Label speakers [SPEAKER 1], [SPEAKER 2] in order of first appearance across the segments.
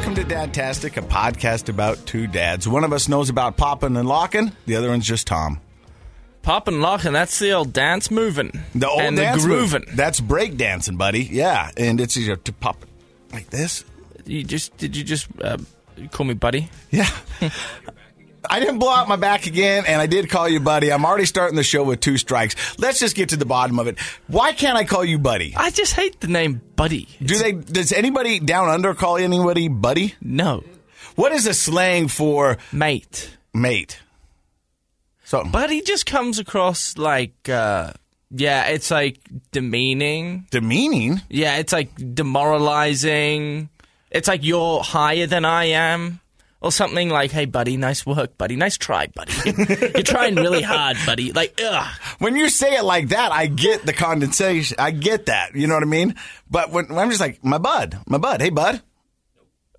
[SPEAKER 1] Dadtastic, a podcast about two dads. One of us knows about popping and locking, the other one's just Tom.
[SPEAKER 2] Pop and lock, and that's the old dance moving.
[SPEAKER 1] The old
[SPEAKER 2] and
[SPEAKER 1] dance
[SPEAKER 2] the
[SPEAKER 1] move.
[SPEAKER 2] grooving.
[SPEAKER 1] That's break dancing, buddy. Yeah, and it's easier to pop it like this.
[SPEAKER 2] You just did you just uh, call me buddy?
[SPEAKER 1] Yeah. I didn't blow out my back again, and I did call you buddy. I'm already starting the show with two strikes. Let's just get to the bottom of it. Why can't I call you buddy?
[SPEAKER 2] I just hate the name buddy.
[SPEAKER 1] Do they? Does anybody down under call anybody buddy?
[SPEAKER 2] No,
[SPEAKER 1] What is a slang for
[SPEAKER 2] mate.
[SPEAKER 1] mate? So
[SPEAKER 2] Buddy just comes across like uh, yeah, it's like demeaning.
[SPEAKER 1] demeaning.
[SPEAKER 2] Yeah, it's like demoralizing. It's like you're higher than I am. Or something like, hey, buddy, nice work, buddy. Nice try, buddy. You're trying really hard, buddy. Like, ugh.
[SPEAKER 1] When you say it like that, I get the condensation. I get that. You know what I mean? But when, when I'm just like my bud, my bud. Hey bud.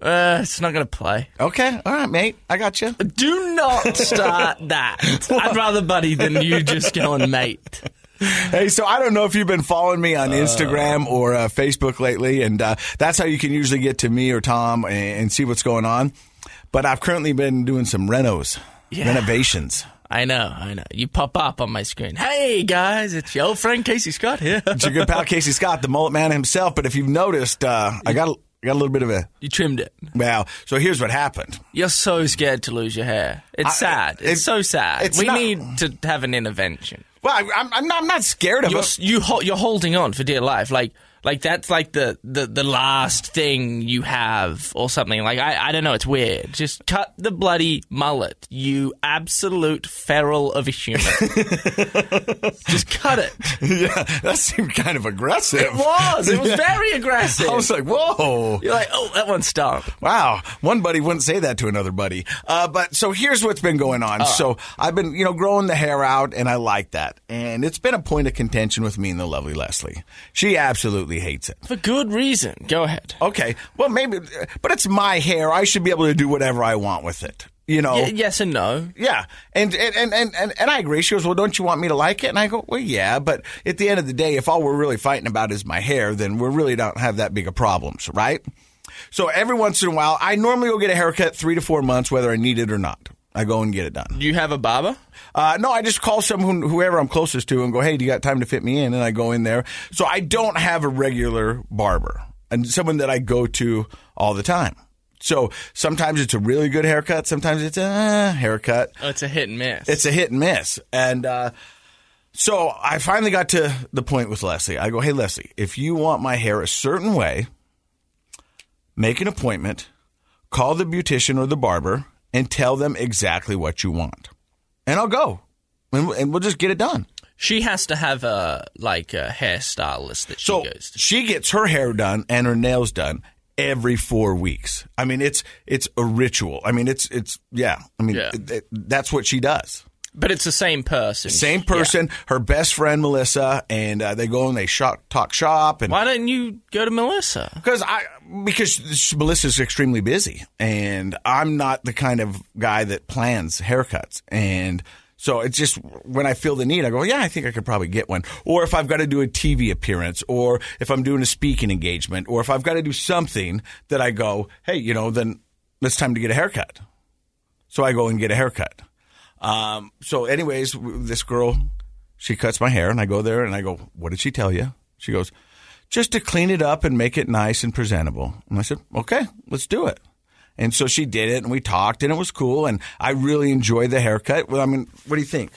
[SPEAKER 2] Uh, it's not going to play.
[SPEAKER 1] Okay, all right, mate. I got you.
[SPEAKER 2] Do not start that. I'd rather buddy than you just going mate.
[SPEAKER 1] Hey, so I don't know if you've been following me on Instagram or uh, Facebook lately, and uh, that's how you can usually get to me or Tom and, and see what's going on. But I've currently been doing some renos, renovations.
[SPEAKER 2] I know, I know. You pop up on my screen. Hey guys, it's your old friend Casey Scott here.
[SPEAKER 1] It's your good pal Casey Scott, the mullet man himself. But if you've noticed, uh, I got a, I got a little bit of a
[SPEAKER 2] You trimmed it.
[SPEAKER 1] wow. So here's what happened.
[SPEAKER 2] You're so scared to lose your hair. It's
[SPEAKER 1] I-
[SPEAKER 2] sad. It's,
[SPEAKER 1] it's-
[SPEAKER 2] so sad.
[SPEAKER 1] it's
[SPEAKER 2] we
[SPEAKER 1] not-
[SPEAKER 2] need to have an intervention.
[SPEAKER 1] Well, I, I'm I'm not, I'm not scared of
[SPEAKER 2] You're
[SPEAKER 1] it.
[SPEAKER 2] you ho- you're holding on for dear life. Like like that's like the the, the last thing you have or something. Like I I don't know. It's weird. Just cut the bloody mullet. You absolute feral of a human. Just cut it.
[SPEAKER 1] yeah, that seemed kind of aggressive.
[SPEAKER 2] It was. It was very aggressive.
[SPEAKER 1] I was like, whoa.
[SPEAKER 2] You're like, oh, that one stung.
[SPEAKER 1] Wow, one buddy wouldn't say that to another buddy. Uh, but so here's what's been going on. So I've been, you know, growing the hair out, and I like that. And it's been a point of contention with me and the lovely Leslie. She absolutely hates it.
[SPEAKER 2] For good reason. Go ahead.
[SPEAKER 1] Okay, well maybe, but it's my hair. I should be able to do whatever I want with it. You know.
[SPEAKER 2] Y- yes and no.
[SPEAKER 1] Yeah, and and, and and and and I agree. She goes, "Well, don't you want me to like it?" And I go, "Well, yeah, but at the end of the day, if all we're really fighting about is my hair, then we really don't have that big of problems, right?" So every once in a while, I normally go get a haircut three to four months, whether I need it or not. I go and get it done.
[SPEAKER 2] Do you have a barber?
[SPEAKER 1] Uh, no, I just call someone, whoever I'm closest to, and go, "Hey, do you got time to fit me in?" And I go in there. So I don't have a regular barber and someone that I go to all the time. So sometimes it's a really good haircut, sometimes it's a uh, haircut.
[SPEAKER 2] Oh, it's a hit and miss.
[SPEAKER 1] It's a hit and miss. And uh, so I finally got to the point with Leslie. I go, hey, Leslie, if you want my hair a certain way, make an appointment, call the beautician or the barber, and tell them exactly what you want. And I'll go. And we'll, and we'll just get it done.
[SPEAKER 2] she has to have a like a hairstylist that she
[SPEAKER 1] So
[SPEAKER 2] goes to.
[SPEAKER 1] she gets her hair done and her nails done every four weeks. I mean, it's it's a ritual. I mean, it's it's yeah. I mean,
[SPEAKER 2] Yeah.
[SPEAKER 1] th- th- that's what she does.
[SPEAKER 2] But it's the same person.
[SPEAKER 1] Same person, her best friend Melissa, and uh, they go and they shop, talk shop, and
[SPEAKER 2] Why don't you go to Melissa?
[SPEAKER 1] because I because sh- Melissa's extremely busy, and I'm not the kind of guy that plans haircuts, and so it's just when I feel the need, I go, yeah, I think I could probably get one, or if I've got to do a TV appearance, or if I'm doing a speaking engagement, or if I've got to do something that I go, hey, you know, then it's time to get a haircut, so I go and get a haircut. Um, so, anyways, w- this girl, she cuts my hair, and I go there and I go, What did she tell you? She goes, Just to clean it up and make it nice and presentable. And I said, Okay, let's do it. And so she did it, and we talked, and it was cool, and I really enjoyed the haircut. Well, I mean, what do you think?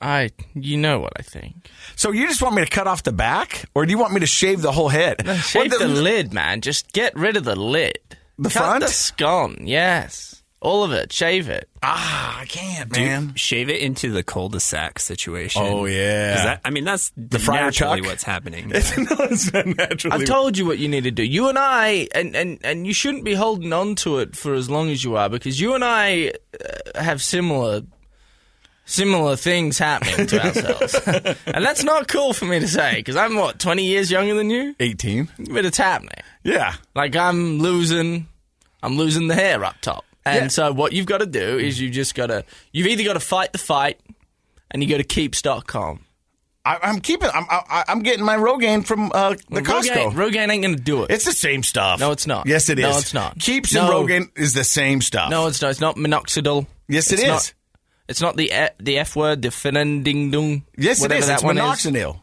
[SPEAKER 2] I, you know what I think.
[SPEAKER 1] So you just want me to cut off the back, or do you want me to shave the whole head?
[SPEAKER 2] Shave
[SPEAKER 1] Well,
[SPEAKER 2] the, lid, man. Just get rid of the lid.
[SPEAKER 1] The
[SPEAKER 2] Cut
[SPEAKER 1] front?
[SPEAKER 2] the scone. Yes, all of it. Shave it.
[SPEAKER 1] ah, I can't, man.
[SPEAKER 3] shave it into the cul-de-sac situation.
[SPEAKER 1] Oh, yeah.
[SPEAKER 3] 'Cause that- I mean that's
[SPEAKER 1] friar
[SPEAKER 3] naturally
[SPEAKER 1] tuck?
[SPEAKER 3] what's happening.
[SPEAKER 1] no, it's not naturally.
[SPEAKER 2] I've told you what you need to do. You and I, and, and, and you shouldn't be holding on to it for as long as you are because you and I uh, have similar similar things happening to ourselves. and that's not cool for me to say because I'm, what, 20 years younger than you?
[SPEAKER 1] Eighteen.
[SPEAKER 2] But it's happening.
[SPEAKER 1] Yeah.
[SPEAKER 2] Like I'm losing, I'm losing the hair up top. And
[SPEAKER 1] Yeah.
[SPEAKER 2] so what you've got to do is you've just got to, you've either got to fight the fight and you go to keeps.com.
[SPEAKER 1] I, I'm keeping. I'm I, I'm getting my Rogaine from uh, the Costco.
[SPEAKER 2] Rogaine, Rogaine ain't gonna do it.
[SPEAKER 1] It's the same stuff.
[SPEAKER 2] No, it's not.
[SPEAKER 1] Yes, it is.
[SPEAKER 2] No, it's not.
[SPEAKER 1] Keeps
[SPEAKER 2] No.
[SPEAKER 1] and Rogaine is the same stuff.
[SPEAKER 2] no, it's not. It's not minoxidil.
[SPEAKER 1] Yes, it
[SPEAKER 2] it's
[SPEAKER 1] is.
[SPEAKER 2] Not, it's not the e- the F word, the ding dong.
[SPEAKER 1] yes, it
[SPEAKER 2] whatever
[SPEAKER 1] is.
[SPEAKER 2] That
[SPEAKER 1] it's
[SPEAKER 2] one
[SPEAKER 1] minoxidil.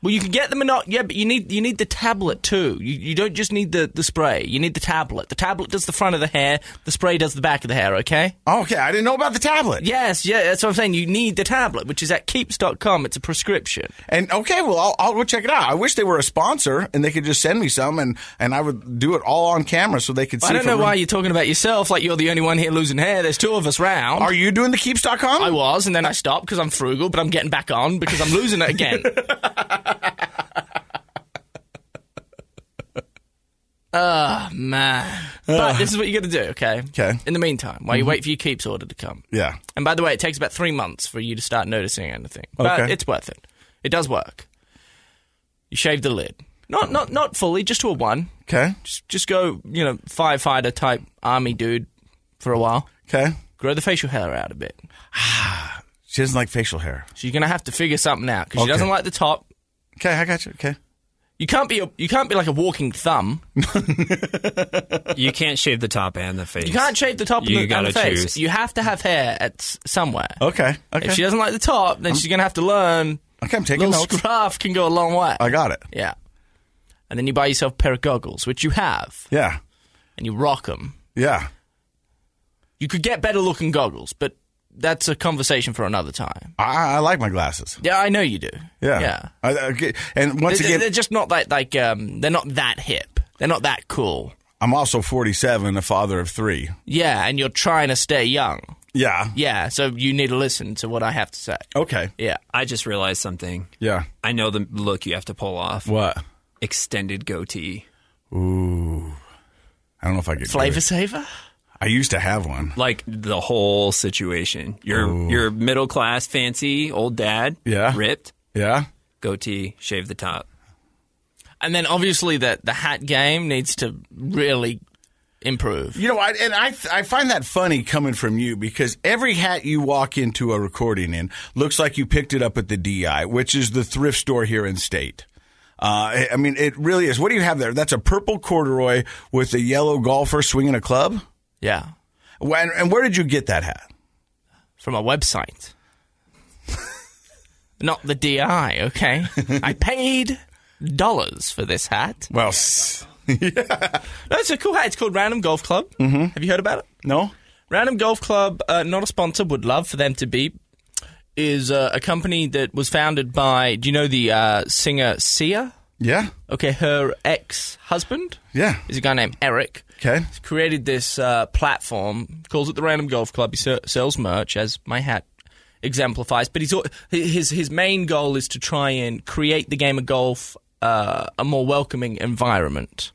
[SPEAKER 2] Well, you can get the minox. Yeah, but you need you need the tablet too. You, you don't just need the, the spray. You need the tablet. The tablet does the front of the hair. The spray does the back of the hair. Okay.
[SPEAKER 1] Oh, Okay, I didn't know about the tablet.
[SPEAKER 2] Yes, yeah, that's what I'm saying. You need the tablet, which is at keeps.com. It's a prescription.
[SPEAKER 1] And okay, well, I'll, I'll go check it out. I wish they were a sponsor and they could just send me some, and, and I would do it all on camera so they could see.
[SPEAKER 2] I don't
[SPEAKER 1] if
[SPEAKER 2] know
[SPEAKER 1] it-
[SPEAKER 2] why you're talking about yourself like you're the only one here losing hair. There's two of us round.
[SPEAKER 1] Are you doing the keeps.com?
[SPEAKER 2] I was, and then I stopped because I'm frugal, but I'm getting back on because I'm losing it again. Ah man. But this is what you got to do, Ah. okay? Mm-hmm.
[SPEAKER 1] 'Kay.
[SPEAKER 2] In the meantime, while you wait for your keeps order to come.
[SPEAKER 1] yeah.
[SPEAKER 2] And by the way, it takes about three months for you to start noticing anything. But
[SPEAKER 1] Okay.
[SPEAKER 2] it's worth it. It does work. You shave the lid. Not not not fully, just to a one.
[SPEAKER 1] Okay.
[SPEAKER 2] Just just go, you know, firefighter type army dude for a while.
[SPEAKER 1] Okay.
[SPEAKER 2] Grow the facial hair out a bit.
[SPEAKER 1] She doesn't like facial hair.
[SPEAKER 2] So you're gonna have to figure something out because she
[SPEAKER 1] Okay.
[SPEAKER 2] doesn't like the top.
[SPEAKER 1] Okay, I got you. Okay.
[SPEAKER 2] You can't be a, you can't be like a walking thumb.
[SPEAKER 3] You can't shave the top and the face.
[SPEAKER 2] You can't shave the top
[SPEAKER 3] You
[SPEAKER 2] and the, and the
[SPEAKER 3] gotta
[SPEAKER 2] face.
[SPEAKER 3] choose.
[SPEAKER 2] You have to have hair at s- somewhere.
[SPEAKER 1] Okay. Okay.
[SPEAKER 2] If she doesn't like the top, then she's gonna have to learn.
[SPEAKER 1] okay, I'm
[SPEAKER 2] Little
[SPEAKER 1] taking notes.
[SPEAKER 2] scruff can go a long way.
[SPEAKER 1] I got it.
[SPEAKER 2] Yeah. And then you buy yourself a pair of goggles, which you have,
[SPEAKER 1] Yeah.
[SPEAKER 2] and you rock them.
[SPEAKER 1] Yeah.
[SPEAKER 2] You could get better looking goggles, but that's a conversation for another time.
[SPEAKER 1] I, I like my glasses.
[SPEAKER 2] Yeah, I know you do.
[SPEAKER 1] Yeah.
[SPEAKER 2] Yeah.
[SPEAKER 1] I, I get- and once
[SPEAKER 2] They-
[SPEAKER 1] again,
[SPEAKER 2] they're just not that like um they're not that hip. They're not that cool.
[SPEAKER 1] I'm also 47, a father of three.
[SPEAKER 2] Yeah, and you're trying to stay young.
[SPEAKER 1] Yeah.
[SPEAKER 2] Yeah, so you need to listen to what I have to say.
[SPEAKER 1] Okay.
[SPEAKER 2] Yeah.
[SPEAKER 3] I just realized something.
[SPEAKER 1] Yeah.
[SPEAKER 3] I know the look you have to pull off.
[SPEAKER 1] What?
[SPEAKER 3] Extended goatee.
[SPEAKER 1] I don't know if I could. do
[SPEAKER 2] Flavor
[SPEAKER 1] it.
[SPEAKER 2] saver?
[SPEAKER 1] I used to have one.
[SPEAKER 3] Like the whole situation. You're you're middle class, fancy, old dad.
[SPEAKER 1] Yeah.
[SPEAKER 3] Ripped.
[SPEAKER 1] Yeah.
[SPEAKER 3] Goatee. Shave the top.
[SPEAKER 2] And then obviously the the hat game needs to really improve.
[SPEAKER 1] You know, I, and I I find that funny coming from you because every hat you walk into a recording in looks like you picked it up at the DI, which is the thrift store here in state. Uh, I- I mean, it really is. What do you have there? That's a purple corduroy with a yellow golfer swinging a club.
[SPEAKER 2] Yeah.
[SPEAKER 1] When, and where did you get that hat?
[SPEAKER 2] From a website. not the DI, okay? I paid dollars for this hat.
[SPEAKER 1] Well, s-
[SPEAKER 2] No, it's a cool hat. It's called Random Golf Club. Mm-hmm. Have you heard about it?
[SPEAKER 1] no.
[SPEAKER 2] Random Golf Club, uh, not a sponsor, would love for them to be, is uh, a company that was founded by, do you know the uh, singer Sia?
[SPEAKER 1] Yeah.
[SPEAKER 2] Okay, her ex husband
[SPEAKER 1] Yeah.
[SPEAKER 2] is a guy named Eric.
[SPEAKER 1] Okay.
[SPEAKER 2] He's created this uh, platform, calls it the Random Golf Club. He se- sells merch, as my hat exemplifies. But he's al- his his main goal is to try and create the game of golf uh, a more welcoming environment.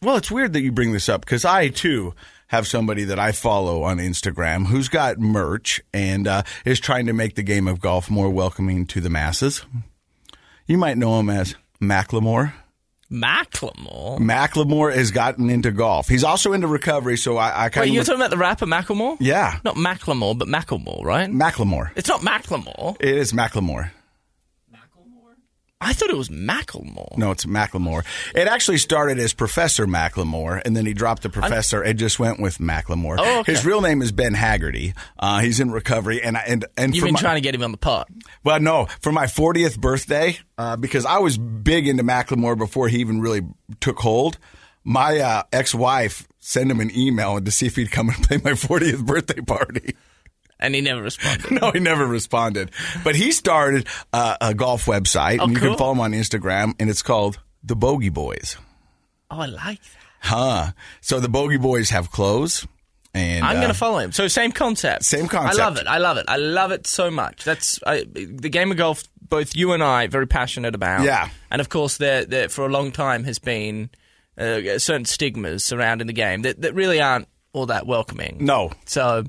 [SPEAKER 1] Well, it's weird that you bring this up because I too have somebody that I follow on Instagram who's got merch and uh, is trying to make the game of golf more welcoming to the masses. You might know him as Macklemore.
[SPEAKER 2] Macklemore.
[SPEAKER 1] Macklemore has gotten into golf. He's also into recovery, so I, I kind
[SPEAKER 2] Wait,
[SPEAKER 1] of
[SPEAKER 2] you're talking about the rapper Macklemore?
[SPEAKER 1] yeah,
[SPEAKER 2] Not Macklemore, but Macklemore, right?
[SPEAKER 1] Macklemore.
[SPEAKER 2] it's not Macklemore.
[SPEAKER 1] It is Macklemore.
[SPEAKER 2] I thought it was Macklemore.
[SPEAKER 1] No, it's Macklemore. It actually started as Professor Macklemore, and then he dropped the professor and just went with Macklemore.
[SPEAKER 2] Oh, okay.
[SPEAKER 1] His real name is Ben Haggerty. Uh, he's in recovery, and I, and and
[SPEAKER 2] You've
[SPEAKER 1] for
[SPEAKER 2] been
[SPEAKER 1] my-
[SPEAKER 2] trying to get him on the pod.
[SPEAKER 1] Well, no, for my 40th birthday, uh, because I was big into Macklemore before he even really took hold, my uh, ex wife sent him an email to see if he'd come and play my 40th birthday party.
[SPEAKER 2] and he never responded.
[SPEAKER 1] No, he never responded. But he started uh, a golf website, and you can
[SPEAKER 2] Oh, cool.
[SPEAKER 1] follow him on Instagram, and it's called The Bogey Boys.
[SPEAKER 2] oh, I like that.
[SPEAKER 1] Huh. So the Bogey Boys have clothes, and
[SPEAKER 2] I'm
[SPEAKER 1] uh,
[SPEAKER 2] gonna follow him. So same concept.
[SPEAKER 1] Same concept.
[SPEAKER 2] I love it. I love it. I love it so much. That's I, the game of golf. Both you and I very passionate about.
[SPEAKER 1] Yeah.
[SPEAKER 2] And of course, there, there for a long time has been uh, certain stigmas surrounding the game that, that really aren't all that welcoming.
[SPEAKER 1] No.
[SPEAKER 2] So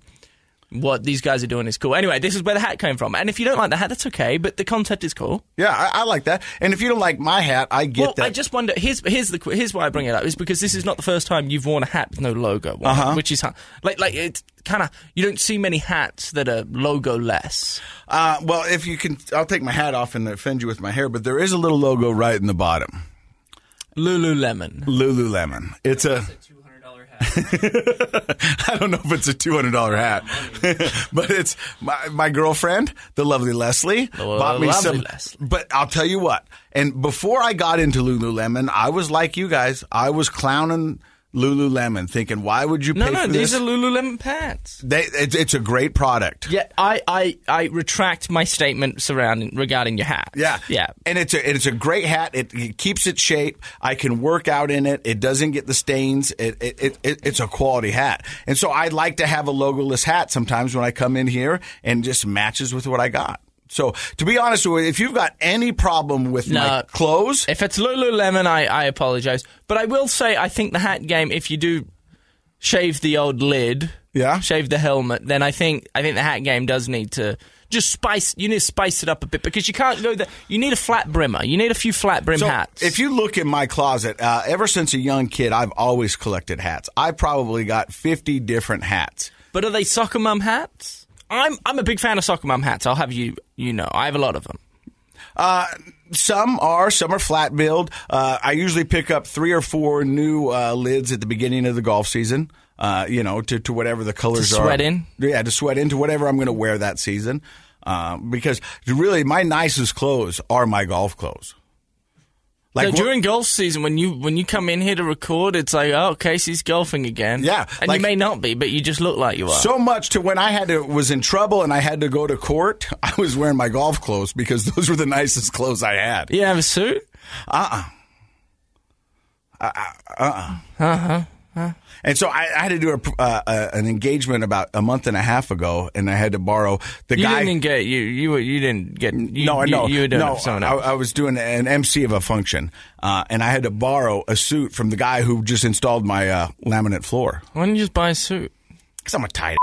[SPEAKER 2] what these guys are doing is cool. Anyway, this is where the hat came from. And if you don't like the hat, that's okay. But the concept is cool.
[SPEAKER 1] Yeah, I, I like that. And if you don't like my hat, I get
[SPEAKER 2] Well,
[SPEAKER 1] that.
[SPEAKER 2] I just wonder. Here's here's the qu- Uh-huh. here's why I bring it up is because this is not the first time you've worn a hat with no logo, on it, which is hu- like like it's kind of you don't see many hats that are logo less.
[SPEAKER 1] Uh, well, if you can, I'll take my hat off and offend you with my hair, but there is a little logo right in the bottom.
[SPEAKER 2] Lululemon.
[SPEAKER 1] Lululemon. It's a.
[SPEAKER 3] $200 hat.
[SPEAKER 1] I don't know if it's a two hundred dollar hat, but it's my, my girlfriend, the lovely Leslie,
[SPEAKER 2] lo-
[SPEAKER 1] bought me
[SPEAKER 2] lovely
[SPEAKER 1] some.
[SPEAKER 2] Leslie.
[SPEAKER 1] But I'll tell you what. And before I got into Lululemon, I was like you guys. I was clowning Lululemon, thinking, why would you
[SPEAKER 2] No,
[SPEAKER 1] pay
[SPEAKER 2] no,
[SPEAKER 1] for
[SPEAKER 2] these
[SPEAKER 1] this?
[SPEAKER 2] are Lululemon pants.
[SPEAKER 1] they, it's, it's a great product.
[SPEAKER 2] Yeah, I, I, I retract my statement surrounding regarding your hat.
[SPEAKER 1] Yeah,
[SPEAKER 2] yeah.
[SPEAKER 1] and it's a it's a great hat. It, it keeps its shape. I can work out in it. It doesn't get the stains. It, it, it, it it's a quality hat, and so I like to have a logoless hat sometimes when I come in here, and just matches with what I got. So to be honest with you, if you've got any problem with my
[SPEAKER 2] No.
[SPEAKER 1] clothes,
[SPEAKER 2] If it's Lululemon, I, I apologize. But I will say, I think the hat game. If you do shave the old lid,
[SPEAKER 1] Yeah.
[SPEAKER 2] shave the helmet, then I think I think the hat game does need to just spice. You need to spice it up a bit because you can't go there. You need a flat brimmer. You need a few flat brim
[SPEAKER 1] So,
[SPEAKER 2] hats.
[SPEAKER 1] If you look in my closet, uh, ever since a young kid, I've always collected hats. I probably got fifty different hats.
[SPEAKER 2] but are they soccer mum hats? I'm I'm a big fan of soccer mum hats. I'll have you you know I have a lot of them.
[SPEAKER 1] Some are, some are flat billed. Uh, I usually pick up three or four new uh, lids at the beginning of the golf season. Uh, you know, to, to whatever the colors are.
[SPEAKER 2] sweat in?
[SPEAKER 1] Yeah, to sweat into whatever I'm going to wear that season. Um, because really, my nicest clothes are my golf clothes.
[SPEAKER 2] So
[SPEAKER 1] wh-
[SPEAKER 2] during golf season, when you when you come in here to record, it's like, oh, Casey's golfing again.
[SPEAKER 1] Yeah,
[SPEAKER 2] and
[SPEAKER 1] like-
[SPEAKER 2] you may not be, but you just look like you are.
[SPEAKER 1] so much to when I had to was in trouble and I had to go to court, I was wearing my golf clothes because those were the nicest clothes I had.
[SPEAKER 2] you have a suit.
[SPEAKER 1] And so I, I had to do a, uh, uh, an engagement about a month and a half ago, and I had to borrow the
[SPEAKER 2] You
[SPEAKER 1] guy.
[SPEAKER 2] didn't get you you were, you didn't get you,
[SPEAKER 1] no, I
[SPEAKER 2] you-
[SPEAKER 1] know.
[SPEAKER 2] you, were doing
[SPEAKER 1] no,
[SPEAKER 2] it for someone
[SPEAKER 1] I,
[SPEAKER 2] else.
[SPEAKER 1] I was doing an MC of a function, uh, and I had to borrow a suit from the guy who just installed my uh, laminate floor
[SPEAKER 2] Why don't you just buy a suit?
[SPEAKER 1] because I'm a tight.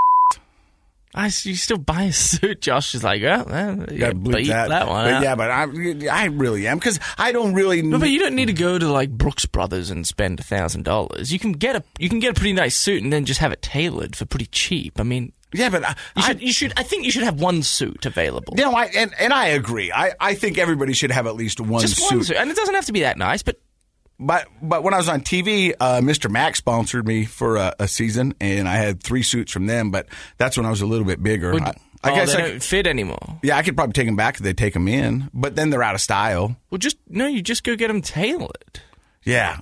[SPEAKER 2] I s- you still buy a suit. Josh is like, oh, well, you
[SPEAKER 1] I
[SPEAKER 2] gotta
[SPEAKER 1] bleep
[SPEAKER 2] bleep that, one.
[SPEAKER 1] But
[SPEAKER 2] out.
[SPEAKER 1] yeah, but I, I really am because I don't really.
[SPEAKER 2] No, but you don't need to go to like Brooks Brothers and spend a thousand dollars. You can get a you can get a pretty nice suit and then just have it tailored for pretty cheap. I mean,
[SPEAKER 1] yeah, but I,
[SPEAKER 2] you
[SPEAKER 1] I,
[SPEAKER 2] should you should I think you should have one suit available.
[SPEAKER 1] you know, I and, and I agree. I, I think everybody should have at least one
[SPEAKER 2] just
[SPEAKER 1] suit.
[SPEAKER 2] one suit, and it doesn't have to be that nice, but
[SPEAKER 1] But but when I was on TV, uh, Mr. Max sponsored me for a, a season, and I had three suits from them. But that's when I was a little bit bigger. I, I
[SPEAKER 2] oh,
[SPEAKER 1] guess
[SPEAKER 2] they
[SPEAKER 1] I,
[SPEAKER 2] don't fit anymore.
[SPEAKER 1] yeah, I could probably take them back if they take them in, but then they're out of style.
[SPEAKER 2] Well, just no, you just go get them tailored.
[SPEAKER 1] Yeah.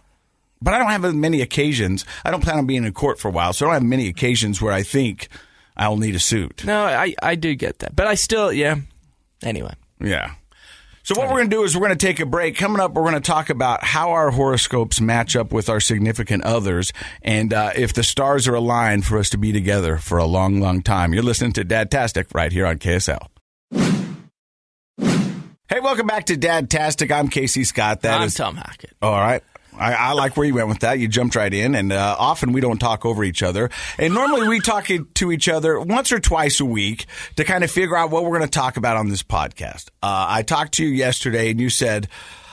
[SPEAKER 1] But I don't have as many occasions. I don't plan on being in court for a while, so I don't have many occasions where I think I'll need a suit.
[SPEAKER 2] No, I I do get that, but I still yeah. Anyway.
[SPEAKER 1] Yeah. So what we're going to do is we're going to take a break. Coming up, we're going to talk about how our horoscopes match up with our significant others, and uh, if the stars are aligned for us to be together for a long, long time. You're listening to Dadtastic right here on KSL. Hey, welcome back to Dadtastic. I'm Casey Scott. That is
[SPEAKER 2] I'm Tom Hackett.
[SPEAKER 1] all right. I, I like where you went with that. You jumped right in, and uh, often we don't talk over each other. And normally we talk it- to each other once or twice a week to kind of figure out what we're going to talk about on this podcast. Uh, I talked to you yesterday, and you said,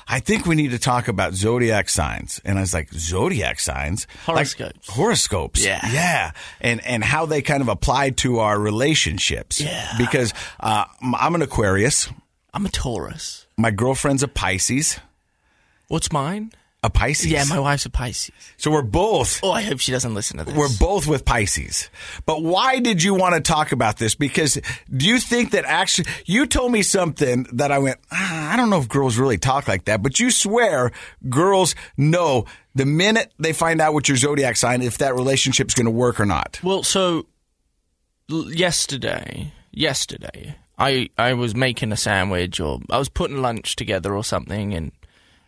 [SPEAKER 1] "I think we need to talk about zodiac signs." And I was like, "Zodiac signs, Like,
[SPEAKER 2] Horoscopes.
[SPEAKER 1] horoscopes,
[SPEAKER 2] Yeah.
[SPEAKER 1] yeah, and and how they kind of apply to our relationships."
[SPEAKER 2] Yeah.
[SPEAKER 1] because uh, I'm an Aquarius.
[SPEAKER 2] I'm a Taurus.
[SPEAKER 1] My girlfriend's a Pisces.
[SPEAKER 2] What's mine?
[SPEAKER 1] A Pisces.
[SPEAKER 2] Yeah, my wife's a Pisces.
[SPEAKER 1] so we're both.
[SPEAKER 2] Oh, I hope she doesn't listen to this.
[SPEAKER 1] We're both with Pisces. But why did you want to talk about this? Because do you think that actually, you told me something that I went, ah, I don't know if girls really talk like that, but you swear girls know the minute they find out what your zodiac sign, if that relationship's going to work or not.
[SPEAKER 2] well, so l- yesterday, yesterday, I I was making a sandwich or I was putting lunch together or something, and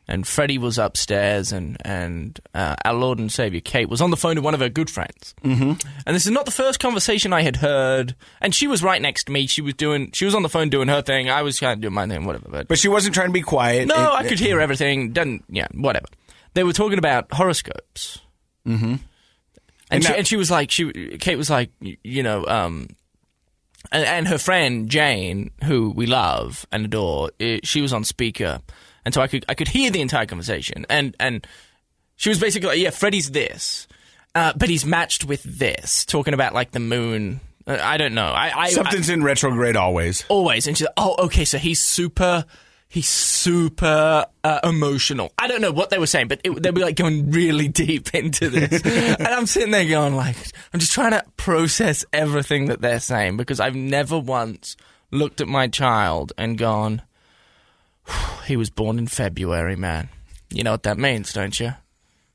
[SPEAKER 2] and Freddie was upstairs, and and uh, our Lord and Savior Kate was on the phone to one of her good friends. Mm-hmm. And this is not the first conversation I had heard. And she was right next to me. She was doing she was on the phone doing her thing. I was kind of doing my thing, whatever. But
[SPEAKER 1] But she wasn't trying to be quiet.
[SPEAKER 2] No, I
[SPEAKER 1] It-
[SPEAKER 2] could hear everything. Didn't yeah, whatever. They were talking about horoscopes. Mm-hmm. And,
[SPEAKER 1] And
[SPEAKER 2] she,
[SPEAKER 1] now-
[SPEAKER 2] and she was like, she Kate was like, y- you know, um, and, and her friend Jane, who we love and adore, i she was on speaker, and so I could I could hear the entire conversation, and and she was basically like, yeah, Freddie's this, Uh, but he's matched with this, talking about like the moon. Uh, I don't know. I, I, I
[SPEAKER 1] Something's in retrograde always.
[SPEAKER 2] always and she's like, oh, okay, so he's super. He's super uh, emotional. I don't know what they were saying, but it, they were like going really deep into this, and I'm sitting there going like, I'm just trying to process everything that they're saying because I've never once looked at my child and gone, he was born in February, man. You know what that means, don't you?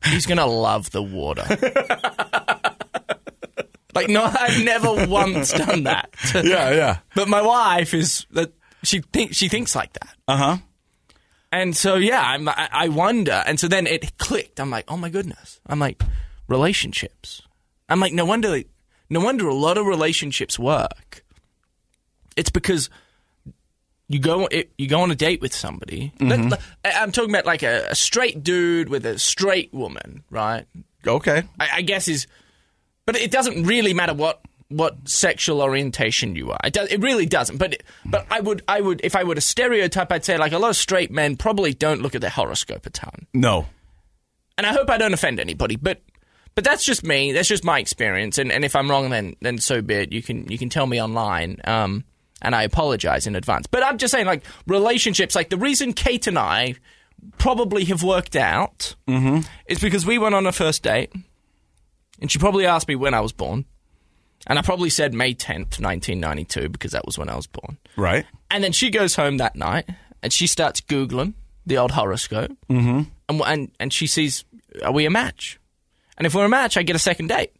[SPEAKER 2] He's gonna love the water. like, no, I've never once done that.
[SPEAKER 1] Yeah, yeah.
[SPEAKER 2] But my wife is that she thinks she thinks like that.
[SPEAKER 1] Uh huh.
[SPEAKER 2] And so yeah, I'm, I I wonder. And so then it clicked. I'm like, oh my goodness. I'm like, relationships. I'm like, no wonder, no wonder a lot of relationships work. It's because you go it, you go on a date with somebody. Let- let- I- I'm talking about like a, a straight dude with a straight woman, right?
[SPEAKER 1] Okay.
[SPEAKER 2] I, I guess is, but it doesn't really matter what what sexual orientation you are. It does, it really doesn't. But but I would I would if I were to stereotype, I'd say like a lot of straight men probably don't look at their horoscope a ton.
[SPEAKER 1] No.
[SPEAKER 2] And I hope I don't offend anybody, but. But that's just me. That's just my experience, and, and if I'm wrong, then then so be it. You can you can tell me online, um, and I apologize in advance. But I'm just saying, like relationships, like the reason Kate and I probably have worked out is because we went on a first date, and she probably asked me when I was born. And I probably said May 10th, 1992, because that was when I was born.
[SPEAKER 1] Right.
[SPEAKER 2] And then she goes home that night and she starts Googling the old horoscope. Mm-hmm. And, wh- and, and she sees, are we a match? And if we're a match, I get a second date.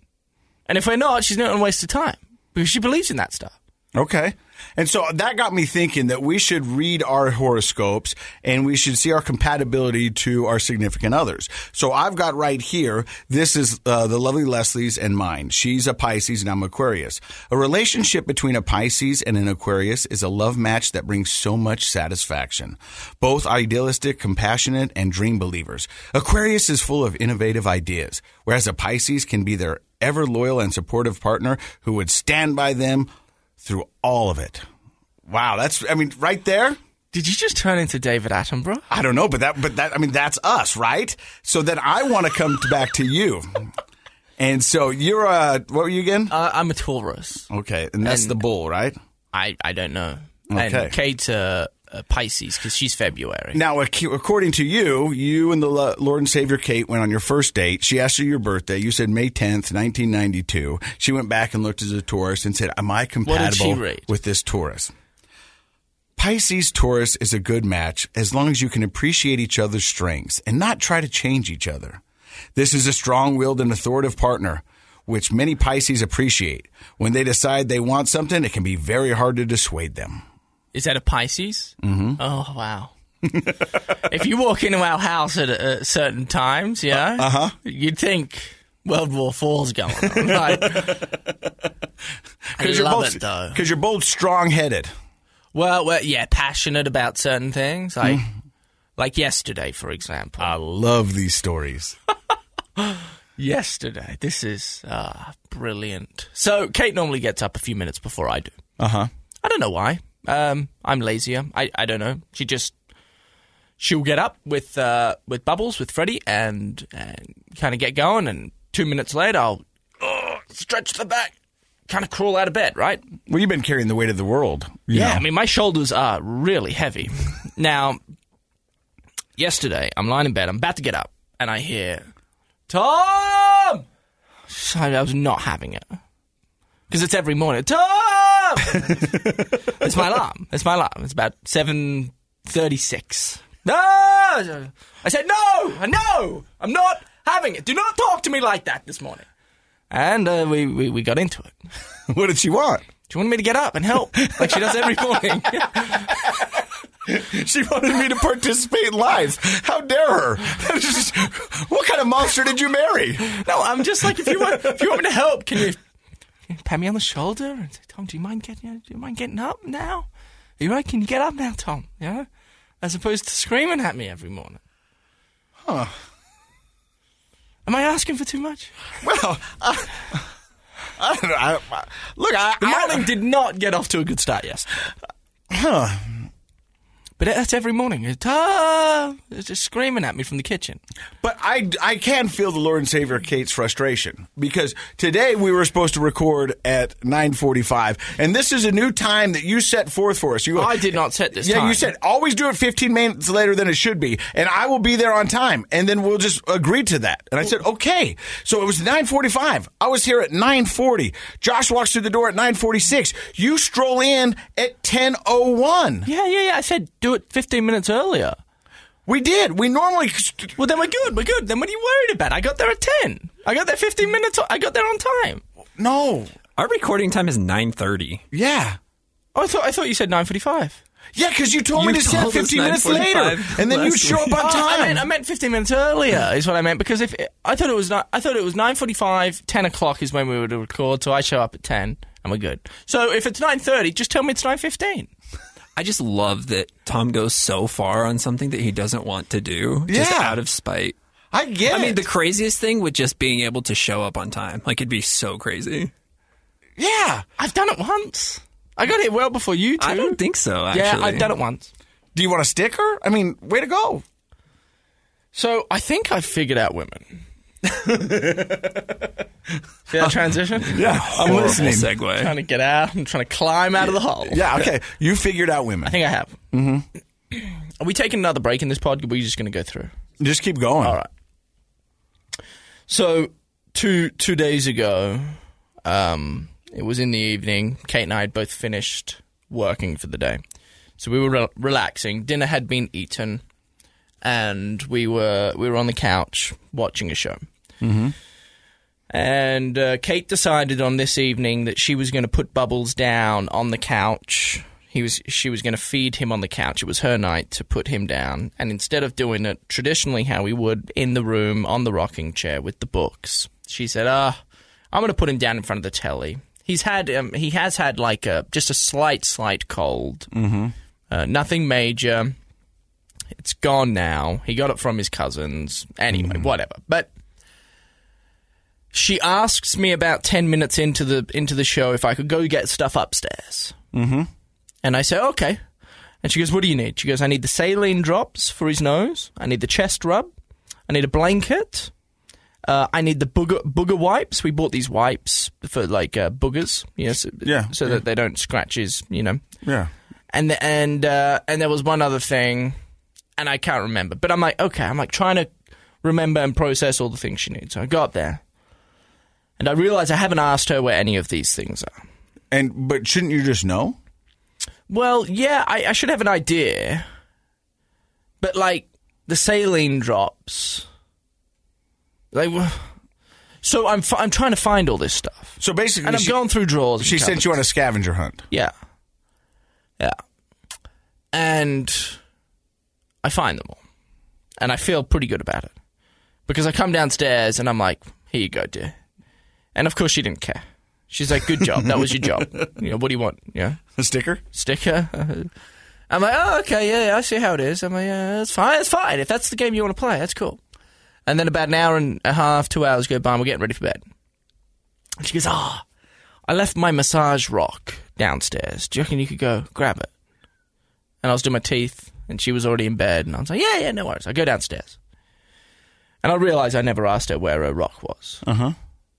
[SPEAKER 2] And if we're not, she's not going to waste of time because she believes in that stuff.
[SPEAKER 1] Okay. And so that got me thinking that we should read our horoscopes and we should see our compatibility to our significant others. So I've got right here, this is uh, the lovely Leslie's and mine. She's a Pisces and I'm Aquarius. A relationship between a Pisces and an Aquarius is a love match that brings so much satisfaction. Both idealistic, compassionate, and dream believers. Aquarius is full of innovative ideas, whereas a Pisces can be their ever loyal and supportive partner who would stand by them through all of it. Wow, that's I mean right there.
[SPEAKER 2] Did you just turn into David Attenborough?
[SPEAKER 1] I don't know, but that but that I mean that's us, right? So then I want to come to- back to you. And so you're uh what were you again?
[SPEAKER 2] Uh, I'm a Taurus.
[SPEAKER 1] Okay, and that's the bull, right?
[SPEAKER 2] I, I don't know.
[SPEAKER 1] Okay.
[SPEAKER 2] And Kate, uh, uh, Pisces, because she's February.
[SPEAKER 1] Now, ac- according to you, you and the lo- Lord and Savior Kate went on your first date. She asked you your birthday. You said May 10th, 1992. She went back and looked at the Taurus and said, Am I
[SPEAKER 2] did she
[SPEAKER 1] compatible
[SPEAKER 2] rate?
[SPEAKER 1] with this Taurus? Pisces Taurus is a good match as long as you can appreciate each other's strengths and not try to change each other. This is a strong willed and authoritative partner, which many Pisces appreciate. When they decide they want something, it can be very hard to dissuade them.
[SPEAKER 2] Is that a Pisces? Mm-hmm. Oh wow! if you walk into our house at uh, certain times, yeah, uh huh, you'd think World War Four's going on. Right? I
[SPEAKER 1] you're
[SPEAKER 2] love
[SPEAKER 1] both,
[SPEAKER 2] it though.
[SPEAKER 1] Because you're both strong headed.
[SPEAKER 2] Well, well, yeah, passionate about certain things, like like yesterday, for example.
[SPEAKER 1] I love these stories.
[SPEAKER 2] yesterday, this is uh, brilliant. So Kate normally gets up a few minutes before I do.
[SPEAKER 1] Uh huh.
[SPEAKER 2] I don't know why. Um, I'm lazier. I, I don't know. She just she'll get up with uh, with Bubbles with Freddie and and kind of get going. And two minutes later, I'll oh, stretch the back, kind of crawl out of bed. Right?
[SPEAKER 1] Well, you've been carrying the weight of the world. you
[SPEAKER 2] Yeah.
[SPEAKER 1] know.
[SPEAKER 2] I mean, my shoulders are really heavy. now, yesterday, I'm lying in bed. I'm about to get up, and I hear Tom. So I was not having it because it's every morning. Tom. it's my alarm. It's my alarm. It's about seven thirty-six. No, I said no, no. I'm not having it. Do not talk to me like that this morning. And uh, we, we we got into it.
[SPEAKER 1] what did she want?
[SPEAKER 2] She wanted me to get up and help, like she does every morning.
[SPEAKER 1] She wanted me to participate live. How dare her? what kind of monster did you marry?
[SPEAKER 2] No, I'm just like if you want if you want me to help, can you, can you pat me on the shoulder and say, Tom, do you mind getting do you mind getting up now? Are you right? Can you get up now, Tom? You know? As opposed to screaming at me every morning. Huh. Am I asking for too much?
[SPEAKER 1] Well, I, I don't know. I, I- look, I,
[SPEAKER 2] The
[SPEAKER 1] I-
[SPEAKER 2] morning did not get off to a good start yesterday.
[SPEAKER 1] Huh.
[SPEAKER 2] But that's every morning. It's, ah, it's just screaming at me from the kitchen.
[SPEAKER 1] But I, I can feel the Lord and Savior Kate's frustration because today we were supposed to record at 9:45 and this is a new time that you set forth for us. You
[SPEAKER 2] I did not set this
[SPEAKER 1] Yeah,
[SPEAKER 2] time.
[SPEAKER 1] you said always do it 15 minutes later than it should be and I will be there on time and then we'll just agree to that. And I said, "Okay." So it was 9:45. I was here at 9:40. Josh walks through the door at 9:46. You stroll in at 10:01.
[SPEAKER 2] Yeah, yeah, yeah. I said do it 15 minutes earlier.
[SPEAKER 1] We did. We normally
[SPEAKER 2] Well, then we're good. We're good. Then what are you worried about? I got there at 10. I got there 15 minutes. I got there on time.
[SPEAKER 1] No.
[SPEAKER 3] Our recording time is 9:30.
[SPEAKER 1] Yeah.
[SPEAKER 2] Oh, I thought, I thought you said 9.45.
[SPEAKER 1] Yeah, because you told me
[SPEAKER 3] You
[SPEAKER 1] to set
[SPEAKER 3] told us
[SPEAKER 1] 15 minutes later,
[SPEAKER 3] 9:45
[SPEAKER 1] and then you
[SPEAKER 3] last
[SPEAKER 1] would show up
[SPEAKER 3] week. uh,
[SPEAKER 1] on
[SPEAKER 2] Oh,
[SPEAKER 1] time.
[SPEAKER 2] I meant, I meant 15 minutes earlier is what I meant because if I thought it was not, I thought it was 9:45, 10 o'clock is when we were to record. So I show up at 10 and we're good. So if it's 9:30, just tell me it's 9:15.
[SPEAKER 3] I just love that Tom goes so far on something that he doesn't want to do, just
[SPEAKER 1] Yeah.
[SPEAKER 3] out of spite.
[SPEAKER 1] I get
[SPEAKER 3] I mean,
[SPEAKER 1] it.
[SPEAKER 3] the craziest thing would just being able to show up on time. Like it'd be so crazy.
[SPEAKER 1] yeah.
[SPEAKER 2] I've done it once. I got here well before you two.
[SPEAKER 3] I don't think so. Actually,
[SPEAKER 2] yeah, I've done it once.
[SPEAKER 1] Do you want a sticker? I mean, way to go.
[SPEAKER 2] So I think I figured out women. See that transition? Yeah, I'm
[SPEAKER 3] Horrible
[SPEAKER 2] listening.
[SPEAKER 3] Segue.
[SPEAKER 2] Trying to get out. I'm trying to climb out of the hole.
[SPEAKER 1] Yeah, okay. You figured out
[SPEAKER 2] I
[SPEAKER 1] women.
[SPEAKER 2] think I have. Mm-hmm. Are we taking another break in this pod? Or are we just going to go through?
[SPEAKER 1] Just keep going.
[SPEAKER 2] All right. So two two days ago, um, it was in the evening. Kate and I had both finished working for the day, so we were re- relaxing. Dinner had been eaten, and we were we were on the couch watching a show. And uh, Kate decided on this evening that she was going to put Bubbles down on the couch. He was she was going to feed him on the couch. It was her night to put him down. And instead of doing it traditionally how we would in the room on the rocking chair with the books, she said, "Ah, I'm going to put him down in front of the telly." He's had um, he has had like a just a slight slight cold. Mm-hmm. Uh, nothing major. It's gone now. He got it from his cousins. Anyway,
[SPEAKER 1] Hmm.
[SPEAKER 2] whatever. But she asks me about 10 minutes into the into the show if I could go get stuff upstairs. Mm-hmm. And I say, okay. And she goes, what do you need? She goes, I need the saline drops for his nose. I need the chest rub. I need a blanket. Uh, I need the booger, booger wipes. We bought these wipes for like uh, boogers, you know, so,
[SPEAKER 1] Yeah,
[SPEAKER 2] so
[SPEAKER 1] yeah.
[SPEAKER 2] that they don't scratch his, you know
[SPEAKER 1] Yeah.
[SPEAKER 2] and the, and uh, and there was one other thing, and I can't remember. But I'm like, okay, I'm like trying to remember and process all the things she needs. So I got there, and I realized I haven't asked her where any of these things are.
[SPEAKER 1] And but shouldn't you just know?
[SPEAKER 2] Well, yeah, I, I should have an idea, but like the saline drops, like. wh- So I'm fi- I'm trying to find all this stuff,
[SPEAKER 1] So basically,
[SPEAKER 2] and I'm
[SPEAKER 1] she,
[SPEAKER 2] going through drawers. and
[SPEAKER 1] she sent
[SPEAKER 2] cupboards.
[SPEAKER 1] you on a scavenger hunt.
[SPEAKER 2] Yeah. Yeah. And I find them all. And I feel pretty good about it. Because I come downstairs and I'm like, here you go, dear. And of course she didn't care. She's like, good job. That was your job. You know, what do you want? Yeah.
[SPEAKER 1] A sticker?
[SPEAKER 2] Sticker? I'm like, oh, okay, yeah, yeah, I see how it is. I'm like, yeah, that's fine, that's fine. If that's the game you want to play, that's cool. And then about an hour and a half, two hours go by, and we're getting ready for bed. And she goes, ah, I left my massage rock downstairs. Do you reckon you could go grab it? And I was doing my teeth, and she was already in bed, and I was like, yeah, yeah, no worries. I go downstairs. And I realize I never asked her where her rock was. Uh huh.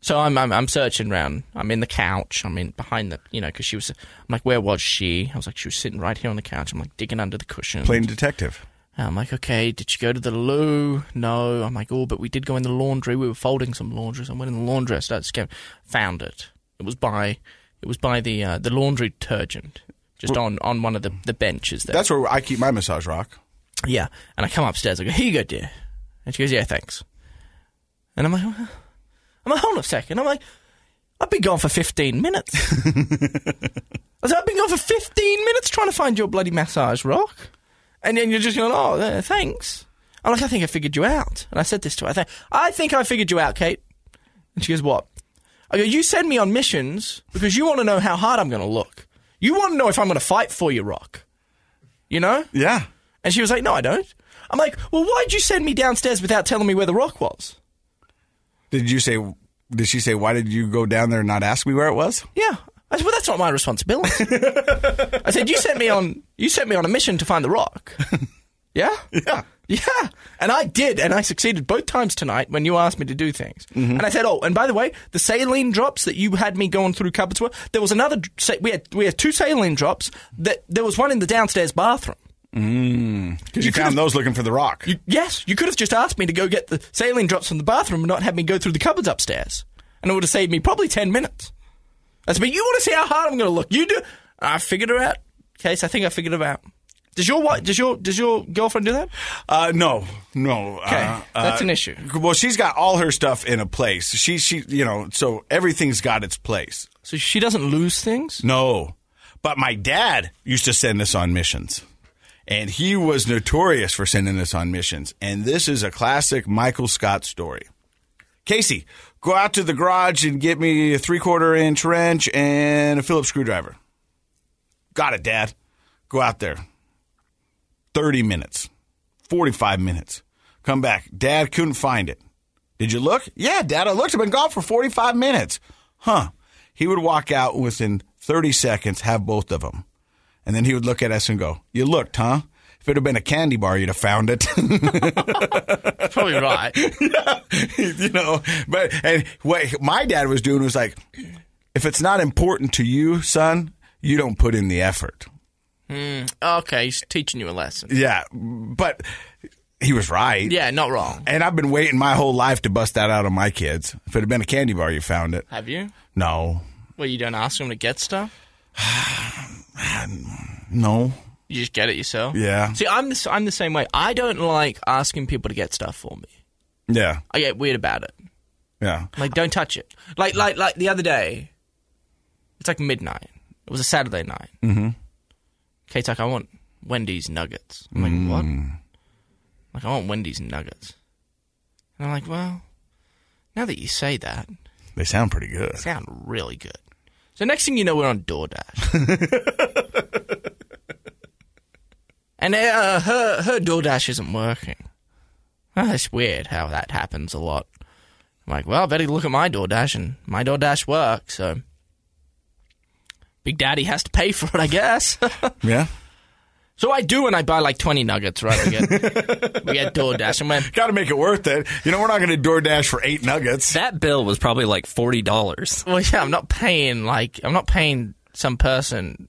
[SPEAKER 2] So I'm, I'm I'm searching around. I'm in the couch. I'm in behind the you know because she was. I'm like, where was she? I was like, she was sitting right here on the couch. I'm like digging under the cushion.
[SPEAKER 1] Plain detective.
[SPEAKER 2] And I'm like, okay, did she go to the loo? No. I'm like, oh, but we did go in the laundry. We were folding some laundry. So I went in the laundry. I started scanning. Found it. It was by, it was by the uh, the laundry detergent, just on, on one of the, the benches there.
[SPEAKER 1] That's where I keep my massage rock.
[SPEAKER 2] yeah. And I come upstairs. I go, here you go, dear. And she goes, yeah, thanks. And I'm like, "Huh?" I'm like, hold on a second. I'm like, I've been gone for 15 minutes. I was like, I've been gone for 15 minutes trying to find your bloody massage rock. And then you're just going, oh, uh, thanks. I'm like, I think I figured you out. And I said this to her. I, think I think I figured you out, Kate. And she goes, what? I go, you send me on missions because you want to know how hard I'm going to look. You want to know if I'm going to fight for your rock. You know?
[SPEAKER 1] Yeah.
[SPEAKER 2] And she was like, no, I don't. I'm like, well, why'd you send me downstairs without telling me where the rock was?
[SPEAKER 1] Did you say? Did she say? Why did you go down there and not ask me where it was?
[SPEAKER 2] Yeah. I said, "Well, that's not my responsibility." I said, "You sent me on you sent me on a mission to find the rock." yeah?
[SPEAKER 1] Yeah.
[SPEAKER 2] Yeah. And I did, and I succeeded both times tonight when you asked me to do things. And I said, "Oh, and by the way, the saline drops that you had me going through cupboards were there was another dr- sa- we had we had two saline drops that there was one in the downstairs bathroom."
[SPEAKER 1] Because you, found those looking for the rock.
[SPEAKER 2] You, yes, you could have just asked me to go get the saline drops from the bathroom and not have me go through the cupboards upstairs. And it would have saved me probably 10 minutes. I said, but you want to see how hard I'm going to look? You do. I figured her out. Case, I think I figured her out. Does your what? Does your does your girlfriend do that?
[SPEAKER 1] Uh, no, no.
[SPEAKER 2] Okay,
[SPEAKER 1] uh,
[SPEAKER 2] that's
[SPEAKER 1] uh,
[SPEAKER 2] an issue.
[SPEAKER 1] Well, she's got all her stuff in a place. She, she, you know, so everything's got its place.
[SPEAKER 2] So she doesn't lose things.
[SPEAKER 1] No, but my dad used to send us on missions, and he was notorious for sending us on missions. And this is a classic Michael Scott story. Casey, go out to the garage and get me a three-quarter inch wrench and a Phillips screwdriver. Got it, Dad. Go out there. 30 minutes, 45 minutes. Come back. Dad couldn't find it. Did you look? Yeah, Dad, I looked. I've been gone for 45 minutes. Huh. He would walk out within 30 seconds, have both of them. And then he would look at us and go, You looked, huh? If it had been a candy bar, you'd have found it.
[SPEAKER 2] Probably right.
[SPEAKER 1] you know, but and what my dad was doing was like, if it's not important to you, son, you don't put in the effort.
[SPEAKER 2] okay, she's teaching you a lesson.
[SPEAKER 1] Yeah, but he was right.
[SPEAKER 2] Yeah, not wrong.
[SPEAKER 1] And I've been waiting my whole life to bust that out on my kids. If it had been a candy bar, you found it.
[SPEAKER 2] Have you?
[SPEAKER 1] No,
[SPEAKER 2] Well, you don't ask them to get stuff.
[SPEAKER 1] no.
[SPEAKER 2] You just get it yourself.
[SPEAKER 1] Yeah.
[SPEAKER 2] See, I'm the, s- I'm the same way. I don't like asking people to get stuff for me.
[SPEAKER 1] Yeah,
[SPEAKER 2] I get weird about it.
[SPEAKER 1] yeah.
[SPEAKER 2] Like, don't touch it. Like, like, like the other day. It's like midnight. It was a Saturday night. Mm-hmm. Kate's like, I want Wendy's nuggets. I'm like, what? Like, I want Wendy's nuggets. And I'm like, well, now that you say that,
[SPEAKER 1] They sound pretty good.
[SPEAKER 2] sound really good. So next thing you know, we're on DoorDash. and uh, her her DoorDash isn't working. Oh, that's weird how that happens a lot. I'm like, well, I better look at my DoorDash, and my DoorDash works, so Big Daddy has to pay for it, I guess.
[SPEAKER 1] Yeah.
[SPEAKER 2] so I do, and I buy like 20 nuggets, right? We get, we get DoorDash, and when
[SPEAKER 1] Got to make it worth it. You know, we're not going to DoorDash for eight nuggets.
[SPEAKER 3] That bill was probably like forty dollars.
[SPEAKER 2] Well, yeah, I'm not paying like I'm not paying some person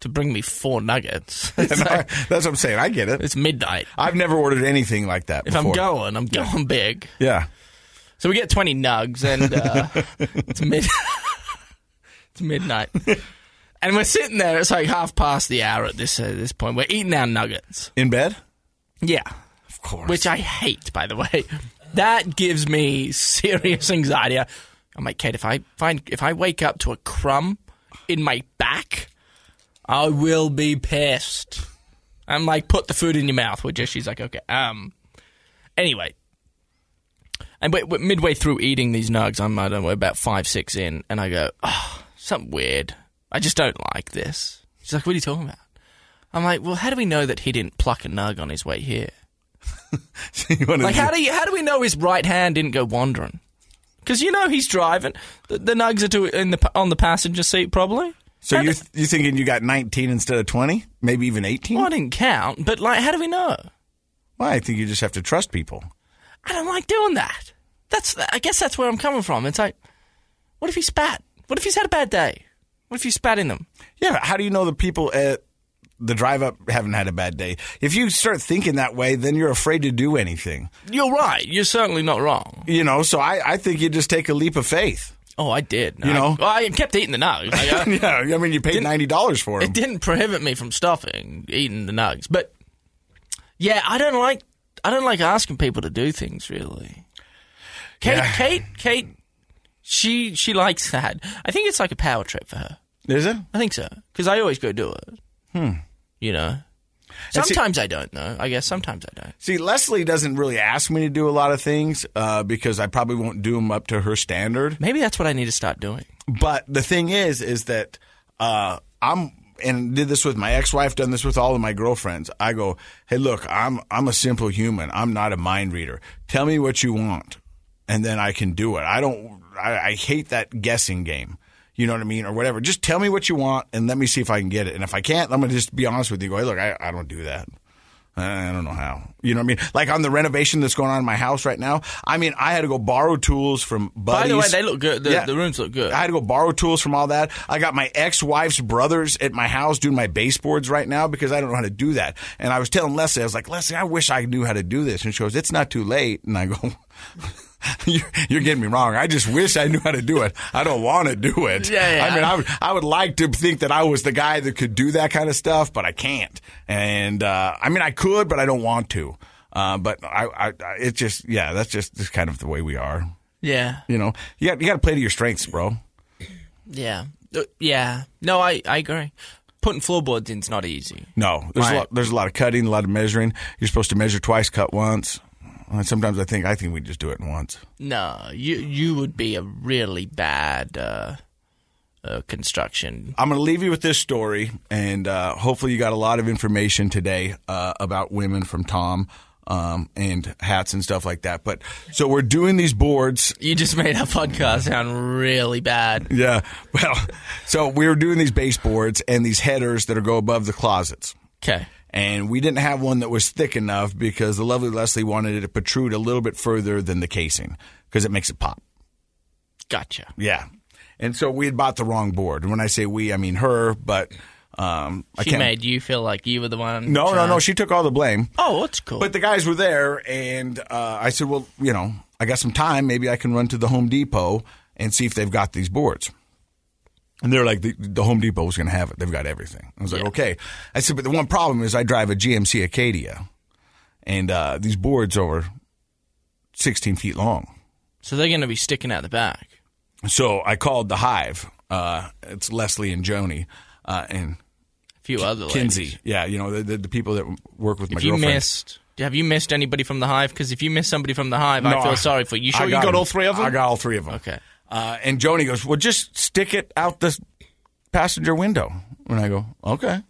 [SPEAKER 2] to bring me four nuggets. It's, like-
[SPEAKER 1] That's what I'm saying. I get it.
[SPEAKER 2] it's midnight.
[SPEAKER 1] I've never ordered anything like that
[SPEAKER 2] If
[SPEAKER 1] before.
[SPEAKER 2] I'm going, I'm going big.
[SPEAKER 1] Yeah.
[SPEAKER 2] So we get 20 nugs, and uh, it's mid. it's midnight, and we're sitting there. It's like half past the hour at this uh, this point. We're eating our nuggets.
[SPEAKER 1] In bed?
[SPEAKER 2] Yeah,
[SPEAKER 1] Of course.
[SPEAKER 2] which I hate, by the way. That gives me serious anxiety. I- I'm like, Kate, if I find if I wake up to a crumb in my back, I will be pissed. I'm like, put the food in your mouth, would you? She's like, okay. Um. Anyway, and we midway through eating these nugs, I'm I don't know about five six in, and I go, oh, something weird. I just don't like this. She's like, what are you talking about? I'm like, well, how do we know that he didn't pluck a nug on his way here?
[SPEAKER 1] You wanna
[SPEAKER 2] Like,
[SPEAKER 1] do-
[SPEAKER 2] how do you how do we know his right hand didn't go wandering? Because you know he's driving. The, the nugs are to, in the pa- on the passenger seat probably.
[SPEAKER 1] So
[SPEAKER 2] How
[SPEAKER 1] you
[SPEAKER 2] do-
[SPEAKER 1] th- you thinking you got 19 instead of 20? Maybe even 18?
[SPEAKER 2] well, I didn't count, but like, how do we know?
[SPEAKER 1] Well, I think you just have to trust people.
[SPEAKER 2] I don't like doing that. That's I guess that's where I'm coming from. It's like, what if he spat? What if he's had a bad day? What if you spat in them?
[SPEAKER 1] Yeah, but how do you know the people at the drive up haven't had a bad day? If you start thinking that way, then you're afraid to do anything.
[SPEAKER 2] You're right. You're certainly not wrong.
[SPEAKER 1] You know, so I, I think you just take a leap of faith.
[SPEAKER 2] Oh, I did.
[SPEAKER 1] You
[SPEAKER 2] I-
[SPEAKER 1] know?
[SPEAKER 2] well, I kept eating the nugs. Like, I-
[SPEAKER 1] yeah, I mean, you paid $90 for them.
[SPEAKER 2] it didn't prohibit me from stopping eating the nugs, but yeah, I don't like I don't like asking people to do things really. Kate,
[SPEAKER 1] Yeah.
[SPEAKER 2] Kate, Kate, she she likes that. I think it's like a power trip for her.
[SPEAKER 1] Is it?
[SPEAKER 2] I think so because I always go do it. Hmm. You know.
[SPEAKER 1] And see-
[SPEAKER 2] Sometimes I don't know. I guess sometimes I don't.
[SPEAKER 1] See, Leslie doesn't really ask me to do a lot of things uh, because I probably won't do them up to her standard.
[SPEAKER 2] Maybe that's what I need to start doing.
[SPEAKER 1] But the thing is, is that uh, I'm and did this with my ex-wife, done this with all of my girlfriends. I go, hey, look, I'm I'm a simple human. I'm not a mind reader. Tell me what you want, and then I can do it. I don't. I, I hate that guessing game. You know what I mean? Or whatever. Just tell me what you want and let me see if I can get it. And if I can't, I'm going to just be honest with you. Go, hey, look, I, I don't do that. I don't know how. You know what I mean? Like on the renovation that's going on in my house right now. I mean, I had to go borrow tools from buddies.
[SPEAKER 2] By the way, they look good. The,
[SPEAKER 1] Yeah.
[SPEAKER 2] the rooms look good.
[SPEAKER 1] I had to go borrow tools from all that. I got my ex-wife's brothers at my house doing my baseboards right now because I don't know how to do that. And I was telling Leslie, I was like, Leslie, I wish I knew how to do this. And she goes, It's not too late. And I go. You're, you're getting me wrong. I just wish I knew how to do it. I don't want to do it.
[SPEAKER 2] Yeah, yeah.
[SPEAKER 1] I mean, I would, I would like to think that I was the guy that could do that kind of stuff, but I can't. And uh, I mean, I could, but I don't want to. Uh, but I, I, I, it's just, yeah, that's just, just kind of the way we are.
[SPEAKER 2] yeah.
[SPEAKER 1] You know, you got, you got to play to your strengths, bro.
[SPEAKER 2] Yeah. Uh, yeah. No, I, I agree. Putting floorboards in's not easy.
[SPEAKER 1] No, there's a
[SPEAKER 3] Right.
[SPEAKER 1] lot, there's a lot of cutting, a lot of measuring. You're supposed to measure twice, cut once. And sometimes I think I think we just do it once.
[SPEAKER 2] No, you you would be a really bad uh, uh, construction.
[SPEAKER 1] I'm going to leave you with this story, and uh, hopefully you got a lot of information today uh, about women from Tom um, and hats and stuff like that. But so we're doing these boards
[SPEAKER 2] You just made our podcast sound really bad.
[SPEAKER 1] Yeah. Well, so we were doing these baseboards and these headers that go above the closets.
[SPEAKER 2] Okay.
[SPEAKER 1] And we didn't have one that was thick enough because the lovely Leslie wanted it to protrude a little bit further than the casing because it makes it pop.
[SPEAKER 2] Gotcha.
[SPEAKER 1] Yeah. And so we had bought the wrong board. And when I say we, I mean her, but um, I
[SPEAKER 2] She
[SPEAKER 1] can't.
[SPEAKER 2] made you feel like you were the one.
[SPEAKER 1] no, no,
[SPEAKER 2] trying-
[SPEAKER 1] no. She took all the blame.
[SPEAKER 2] Oh, that's cool.
[SPEAKER 1] But the guys were there, and uh, I said, "Well, you know, I got some time. Maybe I can run to the Home Depot and see if they've got these boards." And they're like, "The, the Home Depot was going to have it. They've got everything." I was like,
[SPEAKER 2] Yeah.
[SPEAKER 1] "Okay." I said, "But the one problem is I drive a GMC Acadia, and uh, these boards are 16 feet long."
[SPEAKER 2] so they're going to be sticking out the back.
[SPEAKER 1] So I called the Hive. Uh, it's Leslie and Joni, uh, and
[SPEAKER 2] A few other ladies.
[SPEAKER 1] Kinsey. Yeah, you know the, the, the people that work with my
[SPEAKER 2] If you
[SPEAKER 1] girlfriend.
[SPEAKER 2] missed, have you missed anybody from the hive? Because if you miss somebody from the hive, I
[SPEAKER 1] No,
[SPEAKER 2] feel sorry for you. You
[SPEAKER 1] I
[SPEAKER 2] Sure, you got
[SPEAKER 1] them.
[SPEAKER 2] all three of them.
[SPEAKER 1] I got all three of them.
[SPEAKER 2] Okay.
[SPEAKER 1] Uh, and Joni goes, "Well, just stick it out the passenger window." And I go, "Okay."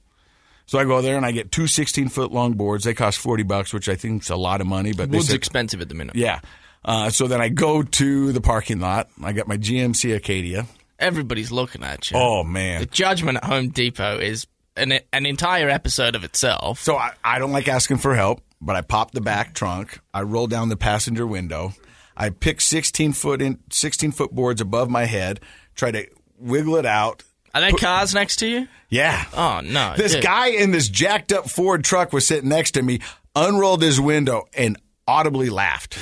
[SPEAKER 1] So I go there and I get two 16 foot long boards. They cost 40 bucks, which I think is a lot of money, but they
[SPEAKER 2] Wood's
[SPEAKER 1] said-
[SPEAKER 2] expensive at the minute.
[SPEAKER 1] yeah. Uh, so then I go to the parking lot. I got my GMC Acadia.
[SPEAKER 2] Everybody's looking at you.
[SPEAKER 1] Oh man.
[SPEAKER 2] The judgment at Home Depot is an an entire episode of itself.
[SPEAKER 1] So I, I don't like asking for help, but I pop the back trunk. I roll down the passenger window. I pick 16 foot in 16 foot boards above my head, try to wiggle it out.
[SPEAKER 2] Are there cars next to you?
[SPEAKER 1] Yeah.
[SPEAKER 2] Oh no!
[SPEAKER 1] This
[SPEAKER 2] dude.
[SPEAKER 1] guy in this jacked up Ford truck was sitting next to me, unrolled his window, and audibly laughed.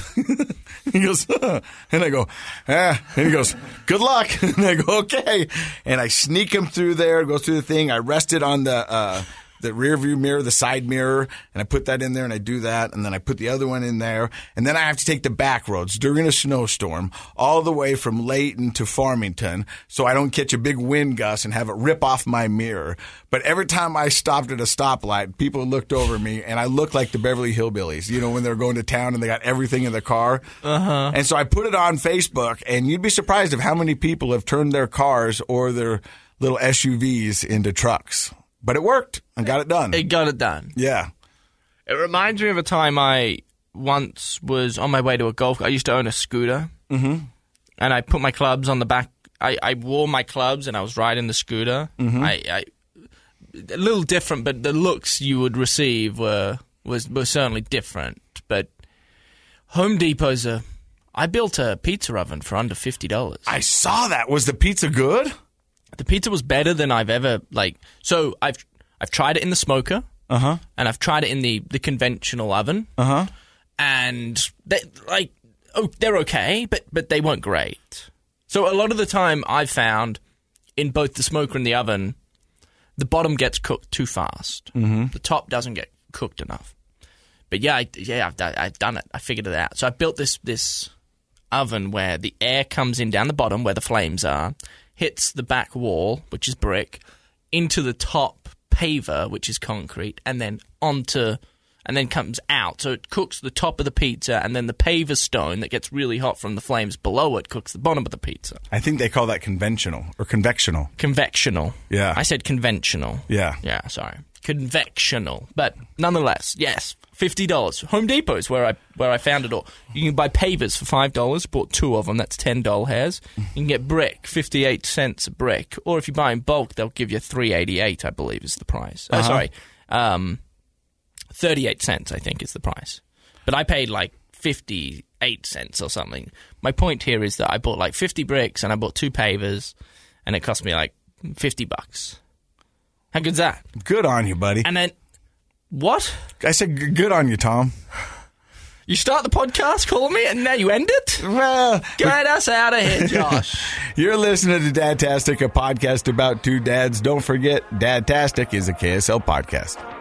[SPEAKER 1] he goes, "Huh." and I go, ah. And he goes, good luck. And I go, okay. And I sneak him through there, go through the thing. I rest it on the, uh, the rear view mirror, the side mirror, and I put that in there and I do that. And then I put the other one in there. And then I have to take the back roads during a snowstorm all the way from Layton to Farmington so I don't catch a big wind gust and have it rip off my mirror. But every time I stopped at a stoplight, people looked over me and I looked like the Beverly Hillbillies, you know, when they're going to town and they got everything in their car. Uh-huh. And so I put it on Facebook and you'd be surprised of how many people have turned their cars or their little SUVs into trucks. But it worked. I got it done.
[SPEAKER 2] It got it done.
[SPEAKER 1] Yeah.
[SPEAKER 2] It reminds me of a time I once was on my way to a golf. I used to own a scooter, mm-hmm. and I put my clubs on the back. I, I wore my clubs and I was riding the scooter. I, I a little different, but the looks you would receive were was were certainly different. But Home Depot's a. I built a pizza oven for under fifty dollars.
[SPEAKER 1] I saw that. Was the pizza good?
[SPEAKER 2] the pizza was better than I've ever like. So I've I've tried it in the smoker, uh huh, and I've tried it in the the conventional oven, uh huh, and they like oh they're okay, but but they weren't great. So a lot of the time I've found in both the smoker and the oven, the bottom gets cooked too fast. Mm-hmm. The top doesn't get cooked enough. But yeah, I, yeah, I've done, I've done it. I figured it out. So I built this this oven where the air comes in down the bottom where the flames are, hits the back wall, which is brick, into the top paver, which is concrete, and then onto and then comes out. So it cooks the top of the pizza and then the paver stone that gets really hot from the flames below it cooks the bottom of the pizza.
[SPEAKER 1] I think they call that conventional or convectional.
[SPEAKER 2] Convectional.
[SPEAKER 1] Yeah.
[SPEAKER 2] I said conventional.
[SPEAKER 1] Yeah.
[SPEAKER 2] Yeah, sorry. Convectional. But nonetheless, yes. fifty dollars. Home Depot is where I where I found it all. You can buy pavers for five dollars. Bought two of them. That's ten doll hairs. You can get brick, fifty eight cents a brick. Or if you buy in bulk, they'll give you three eighty eight. I believe is the price. Oh, sorry, um, thirty eight cents. I think is the price. But I paid like fifty eight cents or something. My point here is that I bought like fifty bricks and I bought two pavers, and it cost me like fifty bucks. How good's that?
[SPEAKER 1] Good on you, buddy.
[SPEAKER 2] And then what?
[SPEAKER 1] I said, "G- good on you, Tom.
[SPEAKER 2] You start the podcast, call me, and now you end it?
[SPEAKER 1] Well,
[SPEAKER 2] Get us out of here, Josh.
[SPEAKER 1] You're listening to Dadtastic, a podcast about two dads. Don't forget, Dadtastic is a KSL podcast.